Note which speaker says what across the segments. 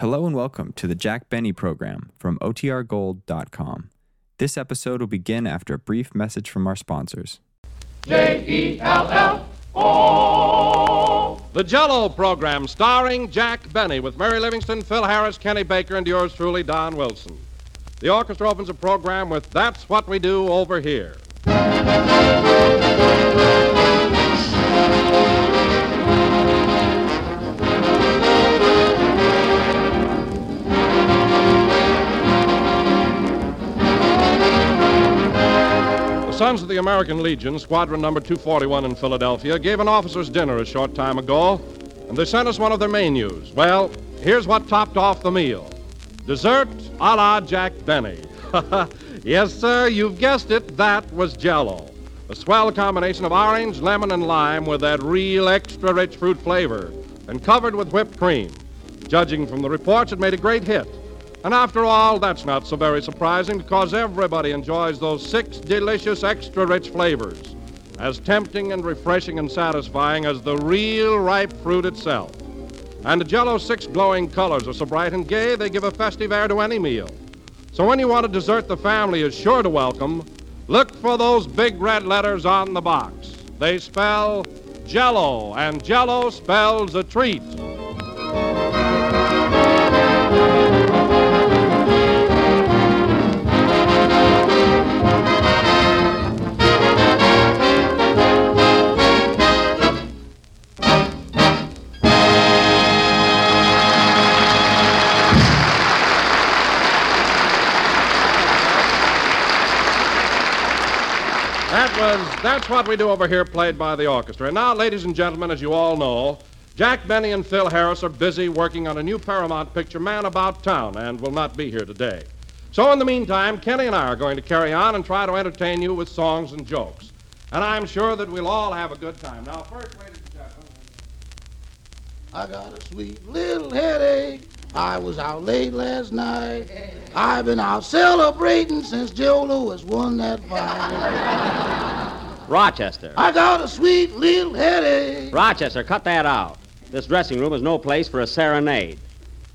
Speaker 1: Hello and welcome to the Jack Benny program from OTRGold.com. This episode will begin after a brief message from our sponsors.
Speaker 2: J E L L O. The Jello program, starring Jack Benny, with Mary Livingston, Phil Harris, Kenny Baker, and yours truly, Don Wilson. The orchestra opens the program with "That's What We Do Over Here." The Sons of the American Legion, Squadron Number 241 in Philadelphia, gave an officers' dinner a short time ago, and they sent us one of their menus. Well, here's what topped off the meal dessert a la Jack Benny. yes, sir, you've guessed it. That was Jello. A swell combination of orange, lemon, and lime with that real extra rich fruit flavor, and covered with whipped cream. Judging from the reports, it made a great hit. And after all, that's not so very surprising because everybody enjoys those six delicious extra rich flavors. As tempting and refreshing and satisfying as the real ripe fruit itself. And Jello's six glowing colors are so bright and gay they give a festive air to any meal. So when you want a dessert the family is sure to welcome, look for those big red letters on the box. They spell Jello, and Jello spells a treat. That was That's What We Do Over Here, played by the orchestra. And now, ladies and gentlemen, as you all know, Jack Benny and Phil Harris are busy working on a new Paramount picture, Man About Town, and will not be here today. So, in the meantime, Kenny and I are going to carry on and try to entertain you with songs and jokes. And I'm sure that we'll all have a good time. Now, first, ladies and gentlemen.
Speaker 3: I got a sweet little headache. I was out late last night. I've been out celebrating since Joe Lewis won that fight.
Speaker 4: Rochester.
Speaker 3: I got a sweet little headache.
Speaker 4: Rochester, cut that out. This dressing room is no place for a serenade.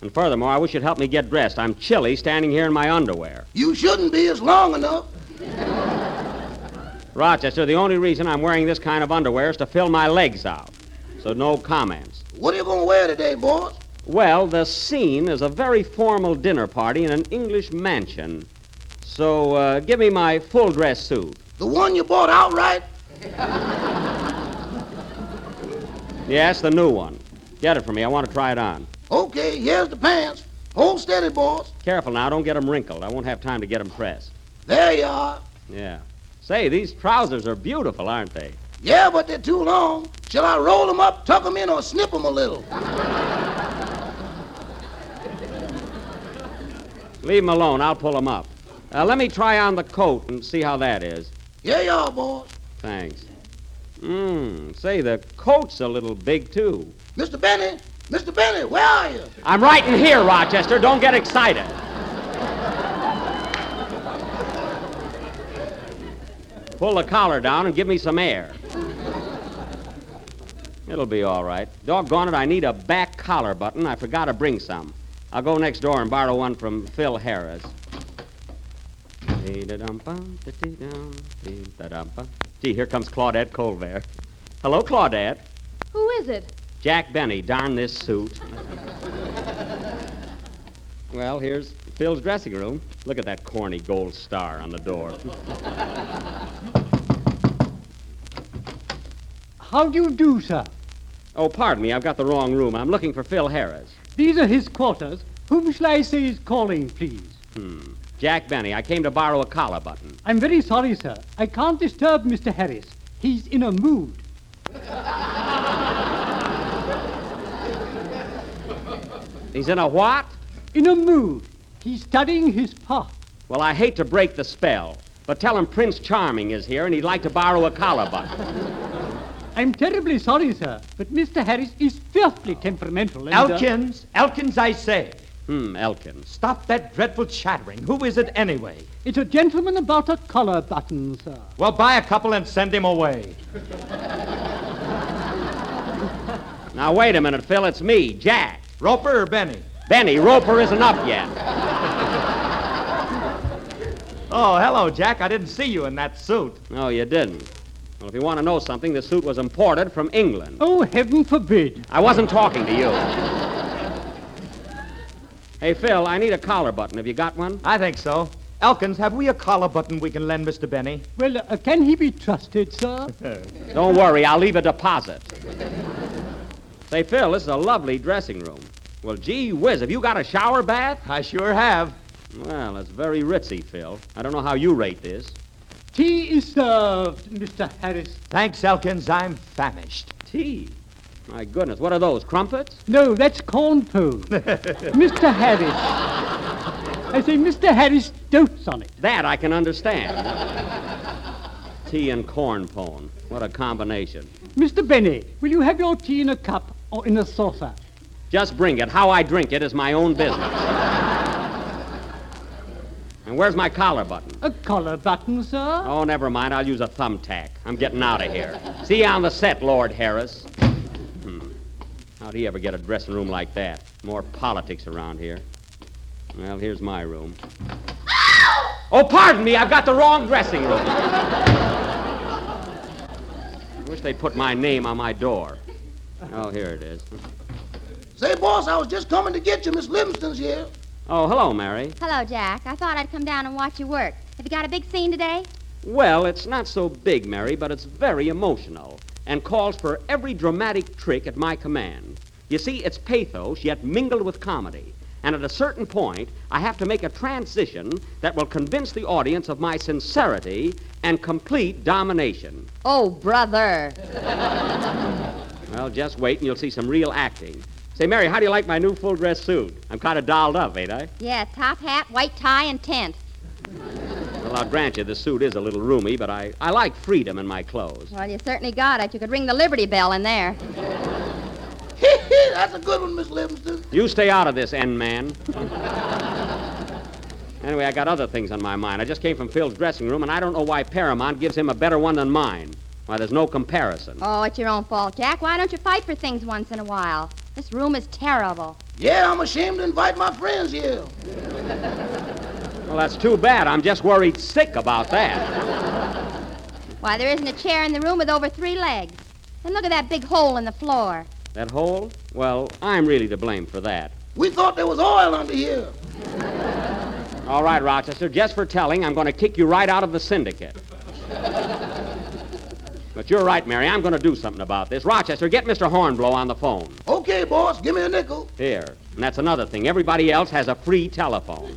Speaker 4: And furthermore, I wish you'd help me get dressed. I'm chilly standing here in my underwear.
Speaker 3: You shouldn't be. It's long enough.
Speaker 4: Rochester, the only reason I'm wearing this kind of underwear is to fill my legs out. So no comments.
Speaker 3: What are you gonna wear today, boss?
Speaker 4: Well, the scene is a very formal dinner party in an English mansion. So uh, give me my full dress suit.
Speaker 3: The one you bought outright?
Speaker 4: Yes, the new one. Get it for me. I want to try it on.
Speaker 3: Okay, here's the pants. Hold steady, boss.
Speaker 4: Careful now. Don't get 'em wrinkled. I won't have time to get 'em pressed.
Speaker 3: There you are.
Speaker 4: Yeah. Say, these trousers are beautiful, aren't they?
Speaker 3: Yeah, but they're too long. Shall I roll them up, tuck them in, or snip them a little?
Speaker 4: Leave 'em alone. I'll pull 'em up. Uh, let me try on the coat and see how that is.
Speaker 3: Yeah, you are, boss.
Speaker 4: Thanks. Mmm. Say, the coat's a little big, too.
Speaker 3: Mr. Benny, Mr. Benny, where are you?
Speaker 4: I'm right in here, Rochester. Don't get excited. Pull the collar down and give me some air. It'll be all right. Doggone it, I need a back collar button. I forgot to bring some. I'll go next door and borrow one from Phil Harris. Dee-da-dum-bum, dee-dee-dum, dee-da-dum-bum. Gee, here comes Claudette Colbert. Hello, Claudette.
Speaker 5: Who is it?
Speaker 4: Jack Benny, darn this suit. well, here's Phil's dressing room. Look at that corny gold star on the door.
Speaker 6: How do you do, sir?
Speaker 4: Oh, pardon me, I've got the wrong room. I'm looking for Phil Harris.
Speaker 6: These are his quarters. Whom shall I say is calling, please?
Speaker 4: Jack Benny, I came to borrow a collar button.
Speaker 6: I'm very sorry, sir. I can't disturb Mr. Harris. He's in a mood.
Speaker 4: He's in a what?
Speaker 6: In a mood. He's studying his part.
Speaker 4: Well, I hate to break the spell, but tell him Prince Charming is here and he'd like to borrow a collar button.
Speaker 6: I'm terribly sorry, sir, but Mr. Harris is fiercely temperamental. And, uh,
Speaker 7: Elkins, Elkins, I say,
Speaker 4: hmm, Elkins.
Speaker 7: stop that dreadful chattering. Who is it anyway?
Speaker 6: it's a gentleman about a collar button, sir.
Speaker 7: Well, buy a couple and send him away.
Speaker 4: Now, wait a minute, Phil, it's me, Jack.
Speaker 7: Roper or Benny?
Speaker 4: Benny, Roper isn't up yet.
Speaker 7: Oh, hello, Jack. I didn't see you in that suit.
Speaker 4: No, you didn't. Well, if you want to know something, the suit was imported from England.
Speaker 6: Oh, heaven forbid.
Speaker 4: I wasn't talking to you. Hey, Phil, I need a collar button. Have you got one?
Speaker 7: I think so. Elkins, have we a collar button we can lend Mr. Benny?
Speaker 6: Well, uh, can he be trusted, sir?
Speaker 4: Don't worry, I'll leave a deposit. Say, Phil, this is a lovely dressing room. Well, gee whiz, have you got a shower bath?
Speaker 7: I sure have.
Speaker 4: Well, it's very ritzy, Phil. I don't know how you rate this.
Speaker 6: Tea is served, Mr. Harris.
Speaker 7: Thanks, Elkins. I'm famished.
Speaker 4: Tea. My goodness, what are those, crumpets?
Speaker 6: No, that's cornpone. Mr. Harris. I say Mr. Harris dotes on it.
Speaker 4: That I can understand. Tea and corn pone. What a combination.
Speaker 6: Mr. Benny, will you have your tea in a cup or in a saucer?
Speaker 4: Just bring it. How I drink it is my own business. and where's my collar button?
Speaker 6: A collar button, sir?
Speaker 4: Oh, never mind. I'll use a thumbtack. I'm getting out of here. See you on the set, Lord Harris. Hmm. How'd he ever get a dressing room like that? More politics around here. Well, here's my room. Oh, pardon me. I've got the wrong dressing room. I wish they'd put my name on my door. Oh, here it is.
Speaker 3: Say, boss, I was just coming to get you. Miss Livingston's here.
Speaker 4: Oh, hello, Mary.
Speaker 5: Hello, Jack. I thought I'd come down and watch you work. Have you got a big scene today?
Speaker 4: Well, it's not so big, Mary, but it's very emotional and calls for every dramatic trick at my command. You see, it's pathos yet mingled with comedy. And at a certain point, I have to make a transition that will convince the audience of my sincerity and complete domination.
Speaker 5: Oh, brother.
Speaker 4: Well, just wait and you'll see some real acting. Say, Mary, how do you like my new full dress suit? I'm kind of dolled up, ain't I?
Speaker 5: Yeah, top hat, white tie, and tent.
Speaker 4: Well, I'll grant you, the suit is a little roomy, but I, I like freedom in my clothes.
Speaker 5: Well, you certainly got it. You could ring the Liberty Bell in there.
Speaker 3: That's a good one, Miss Livingston.
Speaker 4: You stay out of this, end man. anyway, I got other things on my mind. I just came from Phil's dressing room, and I don't know why Paramount gives him a better one than mine. Why, there's no comparison.
Speaker 5: Oh, it's your own fault, Jack. Why don't you fight for things once in a while? This room is terrible.
Speaker 3: Yeah, I'm ashamed to invite my friends here.
Speaker 4: Well, that's too bad. I'm just worried sick about that.
Speaker 5: Why, there isn't a chair in the room with over three legs. And look at that big hole in the floor.
Speaker 4: That hole? Well, I'm really to blame for that.
Speaker 3: We thought there was oil under here.
Speaker 4: All right, Rochester, just for telling, I'm going to kick you right out of the syndicate. But you're right, Mary. I'm going to do something about this. Rochester, get Mr. Hornblow on the phone.
Speaker 3: Okay, boss, give me a nickel.
Speaker 4: Here. And that's another thing. Everybody else has a free telephone.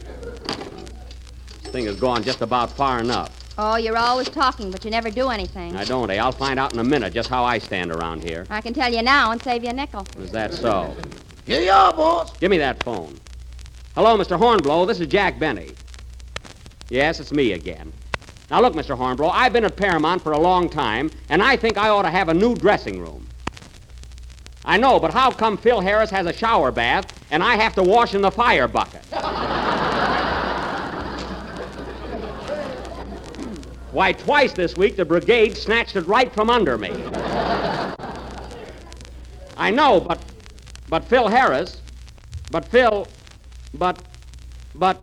Speaker 4: This thing has gone just about far enough.
Speaker 5: Oh, you're always talking, but you never do anything.
Speaker 4: I don't, eh? I'll find out in a minute just how I stand around here.
Speaker 5: I can tell you now and save you a nickel.
Speaker 4: Is that so?
Speaker 3: Here you are, boss.
Speaker 4: Give me that phone. Hello, Mr. Hornblow. This is Jack Benny. Yes, it's me again. Now, look, Mr. Hornblow, I've been at Paramount for a long time, and I think I ought to have a new dressing room. I know, but how come Phil Harris has a shower bath and I have to wash in the fire bucket? Why, twice this week the brigade snatched it right from under me. I know, but but Phil Harris, but Phil, but but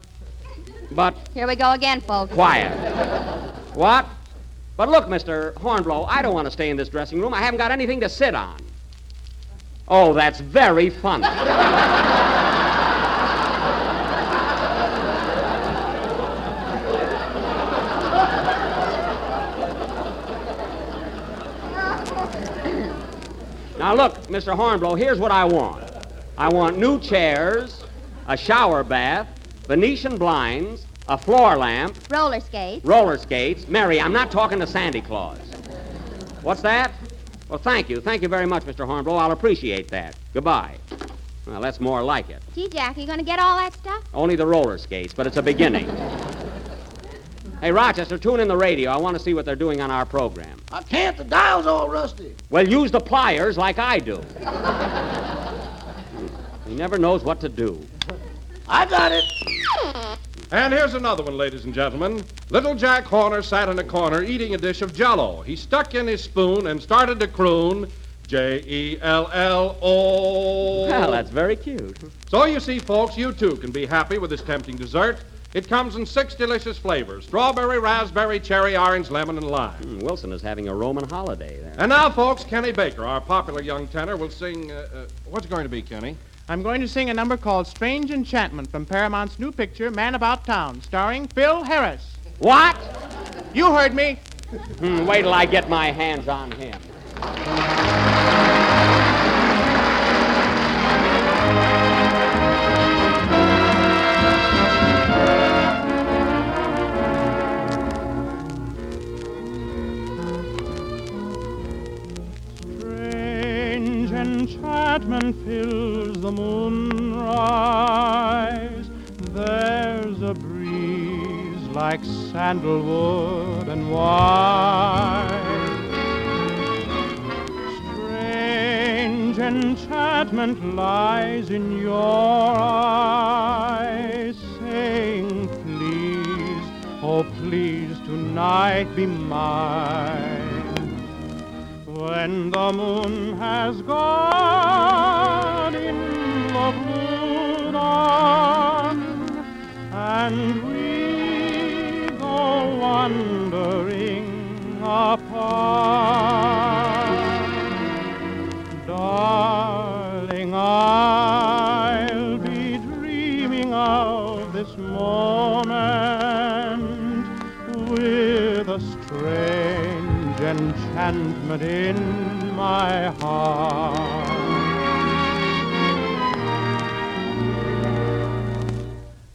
Speaker 4: but
Speaker 5: Here we go again, folks.
Speaker 4: quiet. What? But look, Mr. Hornblow, I don't want to stay in this dressing room. I haven't got anything to sit on. Oh, that's very funny. Now, look, Mr. Hornblow, here's what I want I want new chairs, a shower bath, Venetian blinds, a floor lamp,
Speaker 5: Roller skates.
Speaker 4: roller skates. Mary, I'm not talking to Santa Claus. What's that? Well, thank you. Thank you very much, Mr. Hornblow. I'll appreciate that. Goodbye. Well, that's more like it.
Speaker 5: Gee, Jack, are you going to get all that stuff?
Speaker 4: Only the roller skates, but it's a beginning. hey, Rochester, tune in the radio. I want to see what they're doing on our program.
Speaker 3: I can't. The dial's all rusty.
Speaker 4: Well, use the pliers like I do. he never knows what to do.
Speaker 3: I got it.
Speaker 2: And here's another one, ladies and gentlemen. Little Jack Horner sat in a corner eating a dish of jello. He stuck in his spoon and started to croon.
Speaker 8: J E L L O.
Speaker 4: Well, that's very cute.
Speaker 8: So you see, folks, you too can be happy with this tempting dessert. It comes in six delicious flavors strawberry, raspberry, cherry, orange, lemon, and lime.
Speaker 4: Hmm, Wilson is having a Roman holiday there.
Speaker 8: And now, folks, Kenny Baker, our popular young tenor, will sing. Uh, uh, what's it going to be, Kenny?
Speaker 2: I'm going to sing a number called Strange Enchantment from Paramount's new picture, Man About Town, starring Phil Harris.
Speaker 4: What?
Speaker 2: You heard me.
Speaker 4: Hmm, wait till I get my hands on him.
Speaker 2: Strange enchantment fills the moonrise. There's a breeze like sandalwood and wine. Strange enchantment lies in your eyes, saying, Please, oh, please, tonight be mine. When the moon has gone in the blue dawn, and we go wandering apart, darling, I'll be dreaming of this moment with a strange enchantment in my heart.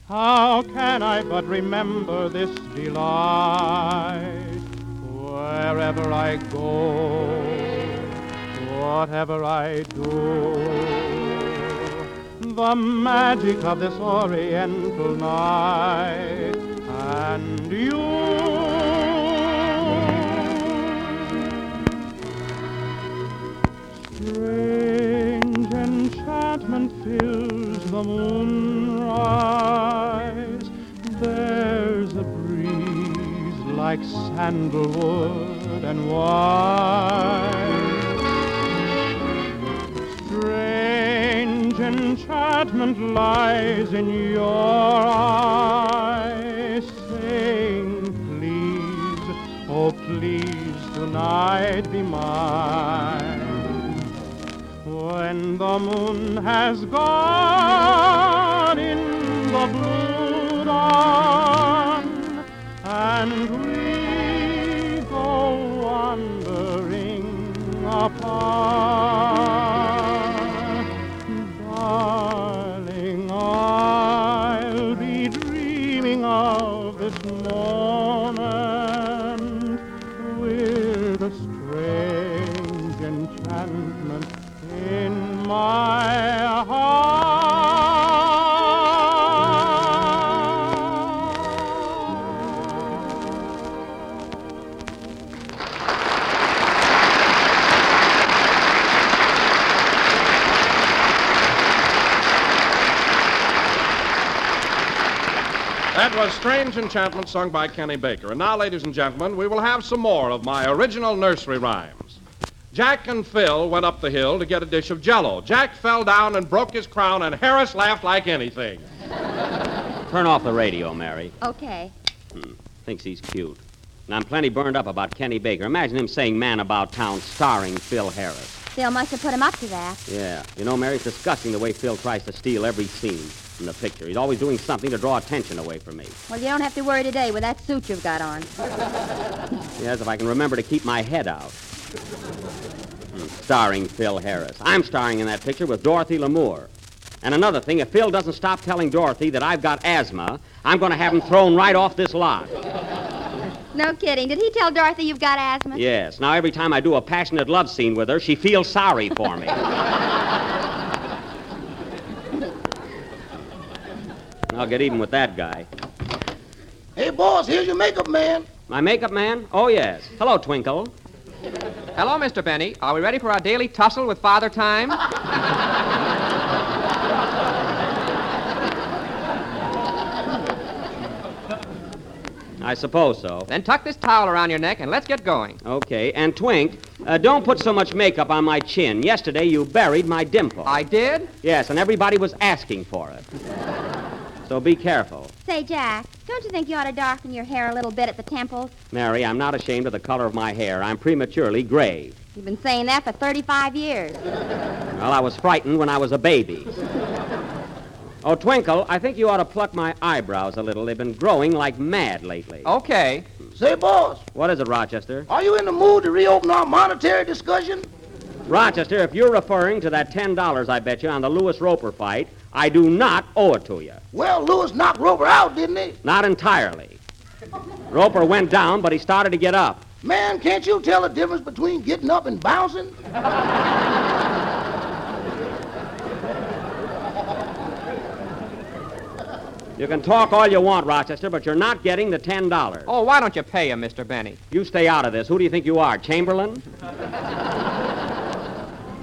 Speaker 2: How can I but remember this delight wherever I go, whatever I do? The magic of this oriental night and you. Strange enchantment fills the moonrise. There's a breeze like sandalwood and wine. Strange enchantment lies in your eyes, saying, Please, oh please, tonight be mine. When the moon has gone in the blue dawn, and we go wandering apart, darling, I'll be dreaming of this moment with a strange enchantment in my heart.
Speaker 8: That was Strange Enchantment sung by Kenny Baker. And now, ladies and gentlemen, we will have some more of my original nursery rhymes. Jack and Phil went up the hill to get a dish of jello. Jack fell down and broke his crown, and Harris laughed like anything.
Speaker 4: Turn off the radio, Mary.
Speaker 5: Okay.
Speaker 4: Thinks he's cute. And I'm plenty burned up about Kenny Baker. Imagine him saying Man About Town starring Phil Harris.
Speaker 5: Phil must have put him up to that.
Speaker 4: Yeah. You know, Mary, it's disgusting the way Phil tries to steal every scene from the picture. He's always doing something to draw attention away from me.
Speaker 5: Well, you don't have to worry today with that suit you've got on.
Speaker 4: Yes, if I can remember to keep my head out. Hmm, Starring Phil Harris. I'm starring in that picture with Dorothy Lamour. And another thing, if Phil doesn't stop telling Dorothy that I've got asthma, I'm going to have him thrown right off this lot.
Speaker 5: No kidding. Did he tell Dorothy you've got asthma?
Speaker 4: Yes. Now, every time I do a passionate love scene with her, she feels sorry for me. I'll get even with that guy.
Speaker 3: Hey, boss, here's your makeup man.
Speaker 4: My makeup man? Oh, yes. Hello, Twinkle.
Speaker 9: Hello, Mr. Benny. Are we ready for our daily tussle with Father Time?
Speaker 4: I suppose so.
Speaker 9: then tuck this towel around your neck and let's get going.
Speaker 4: Okay, and Twink, Uh, don't put so much makeup on my chin. Yesterday you buried my dimple.
Speaker 9: I did?
Speaker 4: Yes, and everybody was asking for it. so be careful.
Speaker 5: Say, Jack, don't you think you ought to darken your hair a little bit at the temples?
Speaker 4: Mary, I'm not ashamed of the color of my hair. I'm prematurely gray.
Speaker 5: You've been saying that for 35 years.
Speaker 4: Well, I was frightened when I was a baby. Oh, Twinkle, I think you ought to pluck my eyebrows a little. They've been growing like mad lately.
Speaker 9: Oh. Okay.
Speaker 3: Say, boss,
Speaker 4: What is it, Rochester?
Speaker 3: are you in the mood to reopen our monetary discussion?
Speaker 4: Rochester, if you're referring to that $10 I bet you on the Lewis Roper fight, I do not owe it to you.
Speaker 3: Well, Lewis knocked Roper out, didn't he?
Speaker 4: Not entirely. Roper went down, but he started to get up.
Speaker 3: Man, can't you tell the difference between getting up and bouncing?
Speaker 4: You can talk all you want, Rochester, but you're not getting the $10.
Speaker 9: Oh, why don't you pay him, Mr. Benny?
Speaker 4: You stay out of this. Who do you think you are, Chamberlain?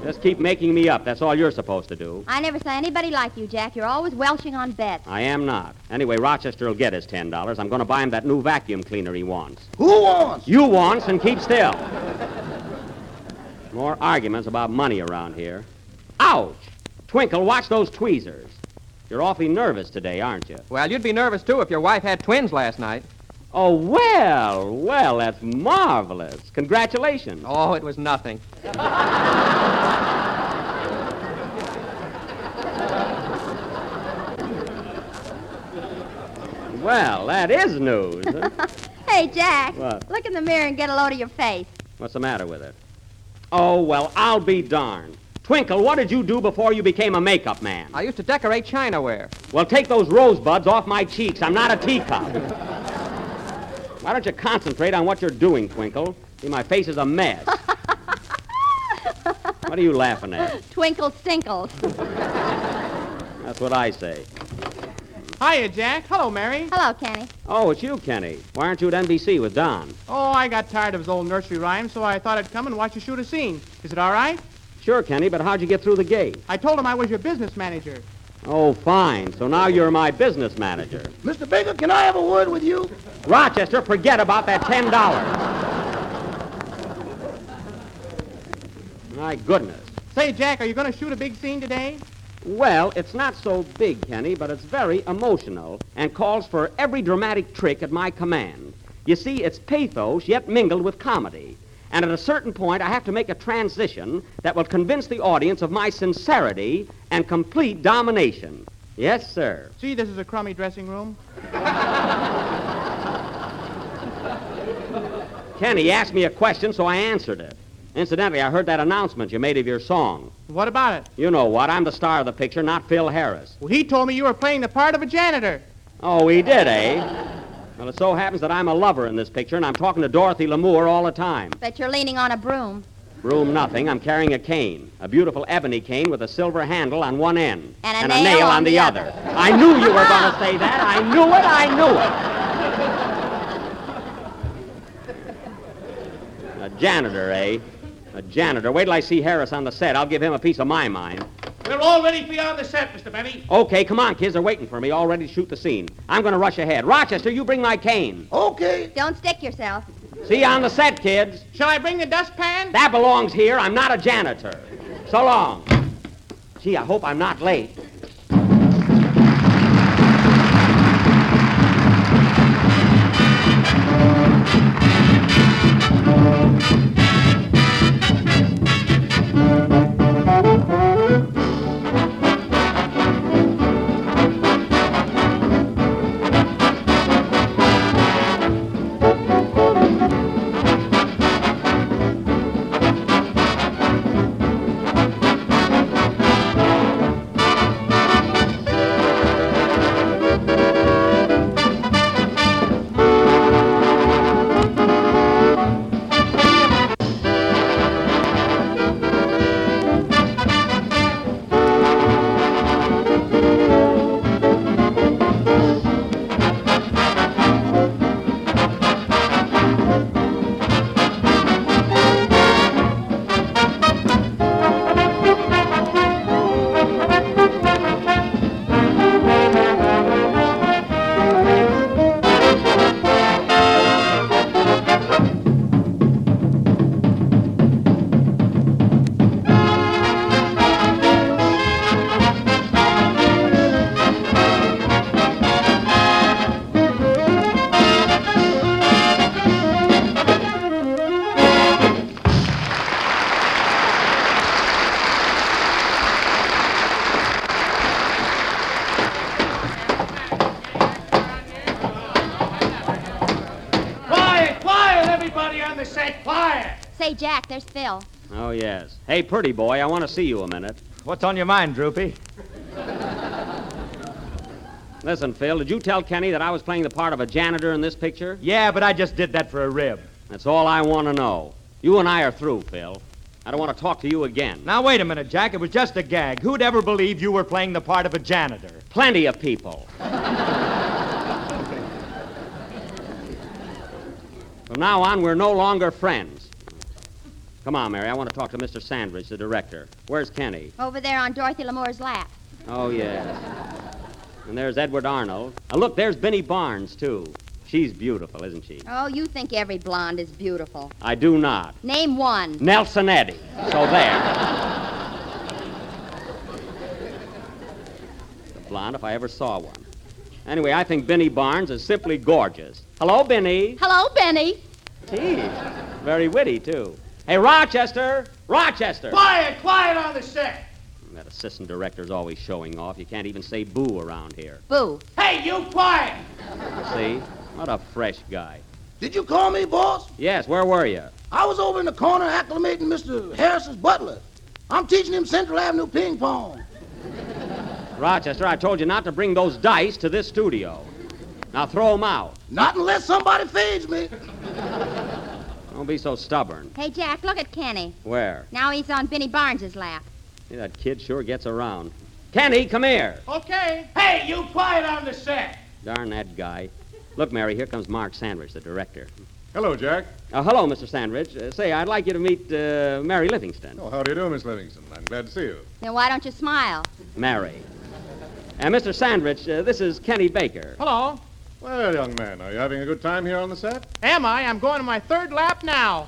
Speaker 4: Just keep making me up. That's all you're supposed to do.
Speaker 5: I never saw anybody like you, Jack. You're always welching on bets.
Speaker 4: I am not. Anyway, Rochester will get his $10. I'm going to buy him that new vacuum cleaner he wants.
Speaker 3: Who wants?
Speaker 4: You wants and keep still. More arguments about money around here. Ouch! Twinkle, watch those tweezers. You're awfully nervous today, aren't you?
Speaker 9: Well, you'd be nervous, too, if your wife had twins last night.
Speaker 4: Oh, well, well, that's marvelous. Congratulations.
Speaker 9: Oh, it was nothing.
Speaker 4: Well, that is news. huh?
Speaker 5: Hey, Jack,
Speaker 4: What?
Speaker 5: look in the mirror and get a load of your face.
Speaker 4: What's the matter with it? Oh, well, I'll be darned. Twinkle, what did you do before you became a makeup man?
Speaker 9: I used to decorate Chinaware.
Speaker 4: Well, take those rosebuds off my cheeks. I'm not a teacup. Why don't you concentrate on what you're doing, Twinkle? See, my face is a mess. what are you laughing at?
Speaker 5: Twinkle stinkles.
Speaker 4: That's what I say.
Speaker 10: Hiya, Jack. Hello, Mary.
Speaker 5: Hello, Kenny.
Speaker 4: Oh, it's you, Kenny. Why aren't you at NBC with Don?
Speaker 10: Oh, I got tired of his old nursery rhymes, so I thought I'd come and watch you shoot a scene. Is it all right?
Speaker 4: Sure, Kenny, but how'd you get through the gate?
Speaker 10: I told him I was your business manager.
Speaker 4: Oh, fine. So now you're my business manager.
Speaker 3: Mr. Baker, can I have a word with you?
Speaker 4: Rochester, forget about that ten dollars. My goodness.
Speaker 10: Say, Jack, are you going to shoot a big scene today?
Speaker 4: Well, it's not so big, Kenny, but it's very emotional and calls for every dramatic trick at my command. You see, it's pathos yet mingled with comedy. And at a certain point, I have to make a transition that will convince the audience of my sincerity and complete domination. Yes, sir.
Speaker 10: Gee, this is a crummy dressing room.
Speaker 4: Kenny asked me a question, so I answered it. Incidentally, I heard that announcement you made of your song.
Speaker 10: What about it?
Speaker 4: You know what? I'm the star of the picture, not Phil Harris.
Speaker 10: Well, he told me you were playing the part of a janitor.
Speaker 4: Oh, he did, eh? Well, it so happens that I'm a lover in this picture, and I'm talking to Dorothy Lamour all the time.
Speaker 5: Bet you're leaning on a broom.
Speaker 4: Room nothing. I'm carrying a cane, a beautiful ebony cane with a silver handle on one end
Speaker 5: And a nail on the other.
Speaker 4: I knew you were going to say that. I knew it. I knew it. A janitor, eh? A janitor. Wait till I see Harris on the set. I'll give him a piece of my mind.
Speaker 10: We're all ready for you on the set, Mr. Benny.
Speaker 4: Okay, come on, kids. They're waiting for me, all ready to shoot the scene. I'm going to rush ahead. Rochester, you bring my cane.
Speaker 3: Okay.
Speaker 5: Don't stick yourself.
Speaker 4: See you on the set, kids.
Speaker 10: Shall I bring the dustpan?
Speaker 4: That belongs here. I'm not a janitor. So long. Gee, I hope I'm not late.
Speaker 11: Say, Jack, there's Phil.
Speaker 4: Oh, yes. Hey, pretty boy, I want to see you a minute.
Speaker 6: What's on your mind, Droopy?
Speaker 4: Listen, Phil, did you tell Kenny that I was playing the part of a janitor in this picture?
Speaker 6: Yeah, but I just did that for a rib.
Speaker 4: That's all I want to know. You and I are through, Phil. I don't want to talk to you again.
Speaker 6: Now, wait a minute, Jack. It was just a gag. Who'd ever believe you were playing the part of a janitor?
Speaker 4: Plenty of people. From now on, we're no longer friends. Come on, Mary. I want to talk to Mr. Sandridge, the director. Where's Kenny?
Speaker 11: Over there on Dorothy Lamore's lap.
Speaker 4: Oh, yes. And there's Edward Arnold. And look, there's Benny Barnes, too. She's beautiful, isn't she?
Speaker 11: Oh, you think every blonde is beautiful.
Speaker 4: I do not.
Speaker 11: Name one.
Speaker 4: Nelson Eddy. So there. the blonde, if I ever saw one. Anyway, I think Benny Barnes is simply gorgeous. Hello, Benny.
Speaker 11: Hello, Benny.
Speaker 4: Gee, very witty, too. Hey, Rochester! Rochester!
Speaker 12: Quiet, quiet on the set.
Speaker 4: That assistant director's always showing off. You can't even say boo around here.
Speaker 11: Boo.
Speaker 12: Hey, you quiet.
Speaker 4: See? What a fresh guy.
Speaker 3: Did you call me, boss?
Speaker 4: Yes, where were you?
Speaker 3: I was over in the corner acclimating Mr. Harris's butler. I'm teaching him Central Avenue ping pong.
Speaker 4: Rochester, I told you not to bring those dice to this studio. Now throw them out.
Speaker 3: Not unless somebody feeds me.
Speaker 4: Don't be so stubborn.
Speaker 11: Hey, Jack, look at Kenny.
Speaker 4: Where?
Speaker 11: Now he's on Benny Barnes's lap.
Speaker 4: See, that kid sure gets around. Kenny, come here.
Speaker 9: Okay.
Speaker 12: Hey, you quiet on the set.
Speaker 4: Darn that guy. Look, Mary, here comes Mark Sandridge, the director.
Speaker 2: Hello, Jack.
Speaker 4: Uh, hello, Mr. Sandridge. Uh, say, I'd like you to meet uh, Mary Livingston.
Speaker 2: Oh, how do you do, Miss Livingston? I'm glad to see you.
Speaker 11: Then why don't you smile?
Speaker 4: Mary. And Mr. Sandridge, uh, this is Kenny Baker.
Speaker 9: Hello.
Speaker 2: Well, young man, are you having a good time here on the set?
Speaker 9: Am I? I'm going to my third lap now.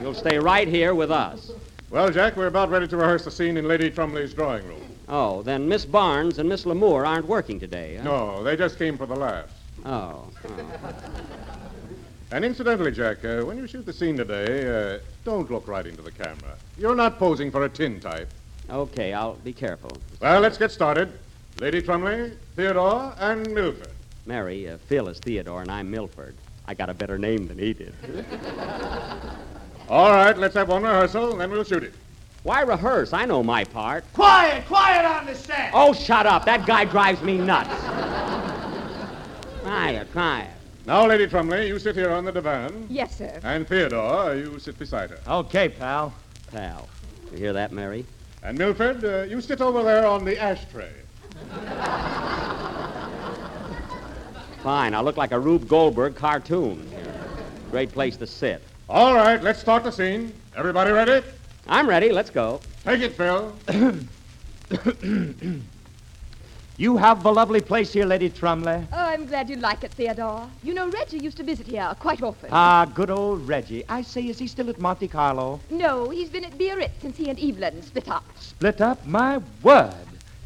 Speaker 4: You'll stay right here with us.
Speaker 2: Well, Jack, we're about ready to rehearse the scene in Lady Trumley's drawing room.
Speaker 4: Oh, then Miss Barnes and Miss Lemoore aren't working today. huh?
Speaker 2: No, they just came for the laughs.
Speaker 4: Oh.
Speaker 2: And incidentally, Jack, uh, when you shoot the scene today, uh, don't look right into the camera. You're not posing for a tin type.
Speaker 4: Okay, I'll be careful.
Speaker 2: Well, let's get started. Lady Trumley, Theodore, and Milford.
Speaker 4: Mary, uh, Phil is Theodore, and I'm Milford. I got a better name than he did.
Speaker 2: All right, let's have one rehearsal, and then we'll shoot it.
Speaker 4: Why rehearse? I know my part.
Speaker 12: Quiet, quiet on the set.
Speaker 4: Oh, shut up. That guy drives me nuts. Quiet, quiet.
Speaker 2: Now, Lady Trumley, you sit here on the divan.
Speaker 5: Yes, sir.
Speaker 2: And Theodore, you sit beside her.
Speaker 6: Okay, pal.
Speaker 4: Pal. You hear that, Mary?
Speaker 2: And Milford, uh, you sit over there on the ashtray.
Speaker 4: Fine. I look like a Rube Goldberg cartoon. Great place to sit.
Speaker 2: All right, let's start the scene. Everybody ready?
Speaker 4: I'm ready. Let's go.
Speaker 2: Take it, Phil.
Speaker 6: You have a lovely place here, Lady Trumley.
Speaker 5: Oh, I'm glad you like it, Theodore. You know, Reggie used to visit here quite often.
Speaker 6: Ah, good old Reggie. I say, is he still at Monte Carlo?
Speaker 5: no, he's been at Biarritz since he and Evelyn split up.
Speaker 6: Split up? My word.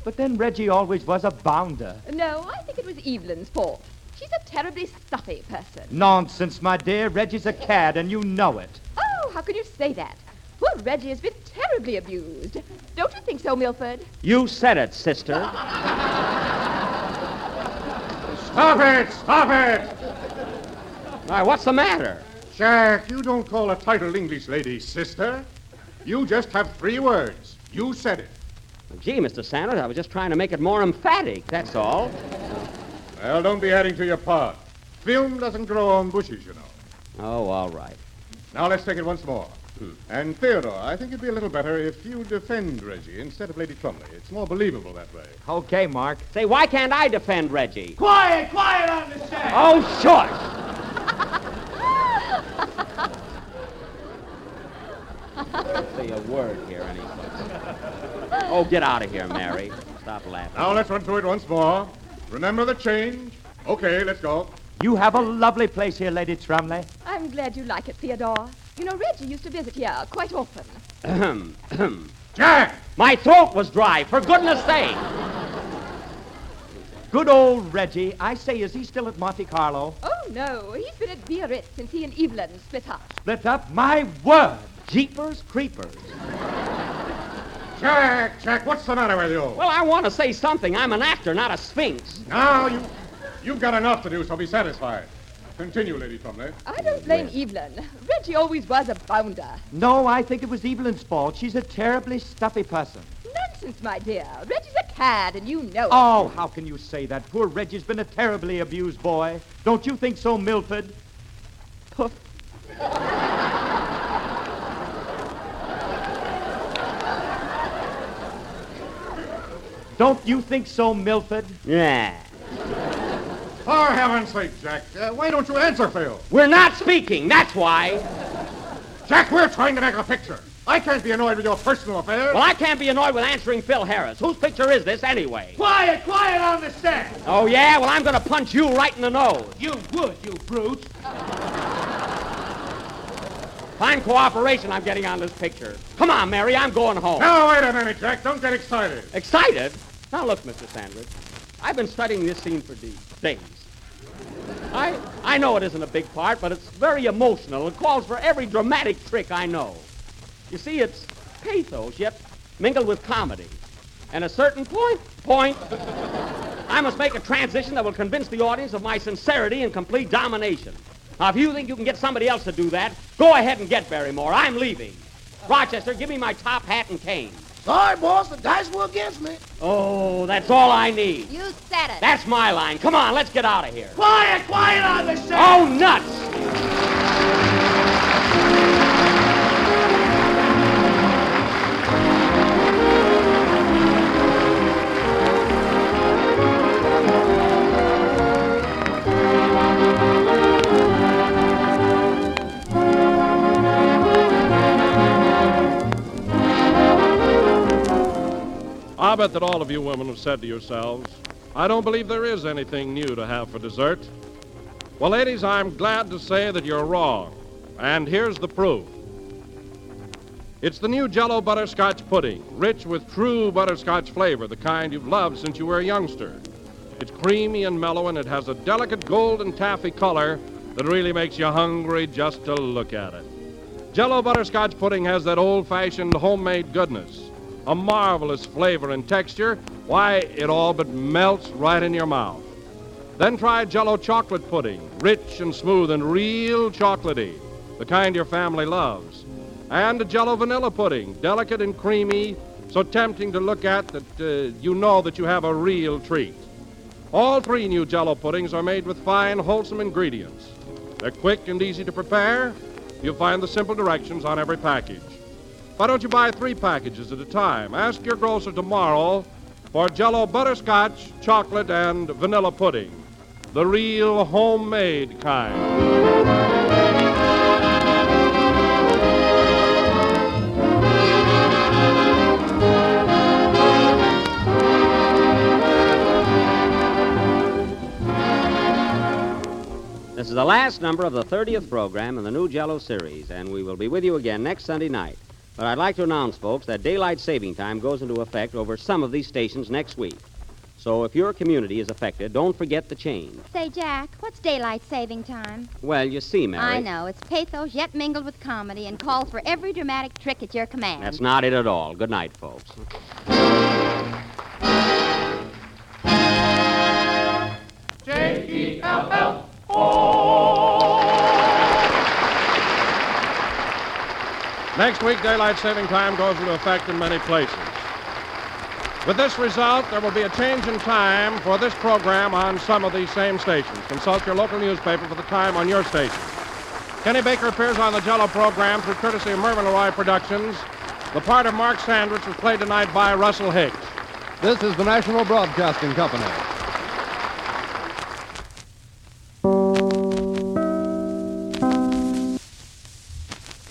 Speaker 6: But then Reggie always was a bounder.
Speaker 5: No, I think it was Evelyn's fault. She's a terribly stuffy person.
Speaker 6: Nonsense, my dear. Reggie's a cad, and you know it.
Speaker 5: Oh, how can you say that? Poor Reggie has been terribly abused. Don't you think so, Milford?
Speaker 4: You said it, sister.
Speaker 2: Stop it! Stop it!
Speaker 4: All right, what's the matter?
Speaker 2: Jack, you don't call a titled English lady sister. You just have three words. You said it.
Speaker 4: Gee, Mr. Sanders, I was just trying to make it more emphatic, that's all.
Speaker 2: Well, don't be adding to your part. Film doesn't grow on bushes, you know.
Speaker 4: Oh, all right.
Speaker 2: Now let's take it once more. And Theodore, I think it'd be a little better if you defend Reggie instead of Lady Trumley. It's more believable that way.
Speaker 6: Okay, Mark.
Speaker 4: Say, why can't I defend Reggie?
Speaker 12: Quiet, quiet on the set.
Speaker 4: Oh, shucks! Say a word here, anyway. Oh, get out of here, Mary. Stop laughing.
Speaker 2: Now let's run through it once more. Remember the change. Okay, let's go.
Speaker 6: You have a lovely place here, Lady Trumley.
Speaker 5: I'm glad you like it, Theodore. You know, Reggie used to visit here quite often.
Speaker 2: Jack!
Speaker 4: My throat was dry, for goodness sake!
Speaker 6: Good old Reggie. I say, is he still at Monte Carlo?
Speaker 5: Oh, no, he's been at Biarritz since he and Evelyn split up.
Speaker 6: Split up? My word.
Speaker 4: Jeepers creepers.
Speaker 2: Jack! Jack, what's the matter with you?
Speaker 4: Well, I want to say something. I'm an actor, not a sphinx.
Speaker 2: Now you. You've got enough to do, so be satisfied.
Speaker 13: Continue, Lady Plumley.
Speaker 14: I don't blame Evelyn. Reggie always was a bounder.
Speaker 7: No, I think it was Evelyn's fault. She's a terribly stuffy person.
Speaker 14: Nonsense, my dear. Reggie's a cad, and you know it.
Speaker 7: Oh, how can you say that? Poor Reggie's been a terribly abused boy. Don't you think so, Milford? Puff. Don't you think so, Milford?
Speaker 4: Yeah.
Speaker 13: For heaven's sake, Jack, uh, why don't you answer Phil?
Speaker 4: We're not speaking, that's why.
Speaker 13: Jack, we're trying to make a picture. I can't be annoyed with your personal affairs.
Speaker 4: Well, I can't be annoyed with answering Phil Harris. Whose picture is this, anyway?
Speaker 15: Quiet, quiet on the stand.
Speaker 4: Oh, yeah? Well, I'm going to punch you right in the nose.
Speaker 15: You would, you brute.
Speaker 4: Fine cooperation I'm getting on this picture. Come on, Mary, I'm going home.
Speaker 13: Now, wait a minute, Jack. Don't get excited.
Speaker 4: Excited? Now, look, Mr. Sandridge, I've been studying this scene for de- days. I, I know it isn't a big part, but it's very emotional. It calls for every dramatic trick I know. You see, it's pathos, yet mingled with comedy. And a certain point, point, I must make a transition that will convince the audience of my sincerity and complete domination. Now, if you think you can get somebody else to do that, go ahead and get Barrymore. I'm leaving. Rochester, give me my top hat and cane.
Speaker 3: Sorry, boss, the dice were against me.
Speaker 4: Oh, that's all I need.
Speaker 5: You said it.
Speaker 4: That's my line. Come on, let's get out of here.
Speaker 15: Quiet, quiet on the set.
Speaker 4: Oh, nuts!
Speaker 2: I bet that all of you women have said to yourselves, I don't believe there is anything new to have for dessert. Well, ladies, I'm glad to say that you're wrong. And here's the proof. It's the new Jello butterscotch pudding, rich with true butterscotch flavor, the kind you've loved since you were a youngster. It's creamy and mellow, and it has a delicate golden taffy color that really makes you hungry just to look at it. Jello butterscotch pudding has that old-fashioned homemade goodness a marvelous flavor and texture. Why, it all but melts right in your mouth. Then try Jello chocolate pudding, rich and smooth and real chocolatey, the kind your family loves. And Jello vanilla pudding, delicate and creamy, so tempting to look at that uh, you know that you have a real treat. All three new Jello puddings are made with fine, wholesome ingredients. They're quick and easy to prepare. You'll find the simple directions on every package. Why don't you buy three packages at a time? Ask your grocer tomorrow for Jello butterscotch, chocolate, and vanilla pudding. The real homemade kind.
Speaker 4: This is the last number of the 30th program in the new Jello series, and we will be with you again next Sunday night. But I'd like to announce, folks, that daylight saving time goes into effect over some of these stations next week. So if your community is affected, don't forget the change.
Speaker 5: Say, Jack, what's daylight saving time?
Speaker 4: Well, you see, Mary.
Speaker 5: I know. It's pathos yet mingled with comedy and calls for every dramatic trick at your command.
Speaker 4: That's not it at all. Good night, folks.
Speaker 15: J-E-L-L.
Speaker 2: Next week, daylight saving time goes into effect in many places. With this result, there will be a change in time for this program on some of these same stations. Consult your local newspaper for the time on your station. Kenny Baker appears on the Jello program through courtesy of Mervyn Leroy Productions. The part of Mark Sandwich was played tonight by Russell Hicks.
Speaker 16: This is the National Broadcasting Company.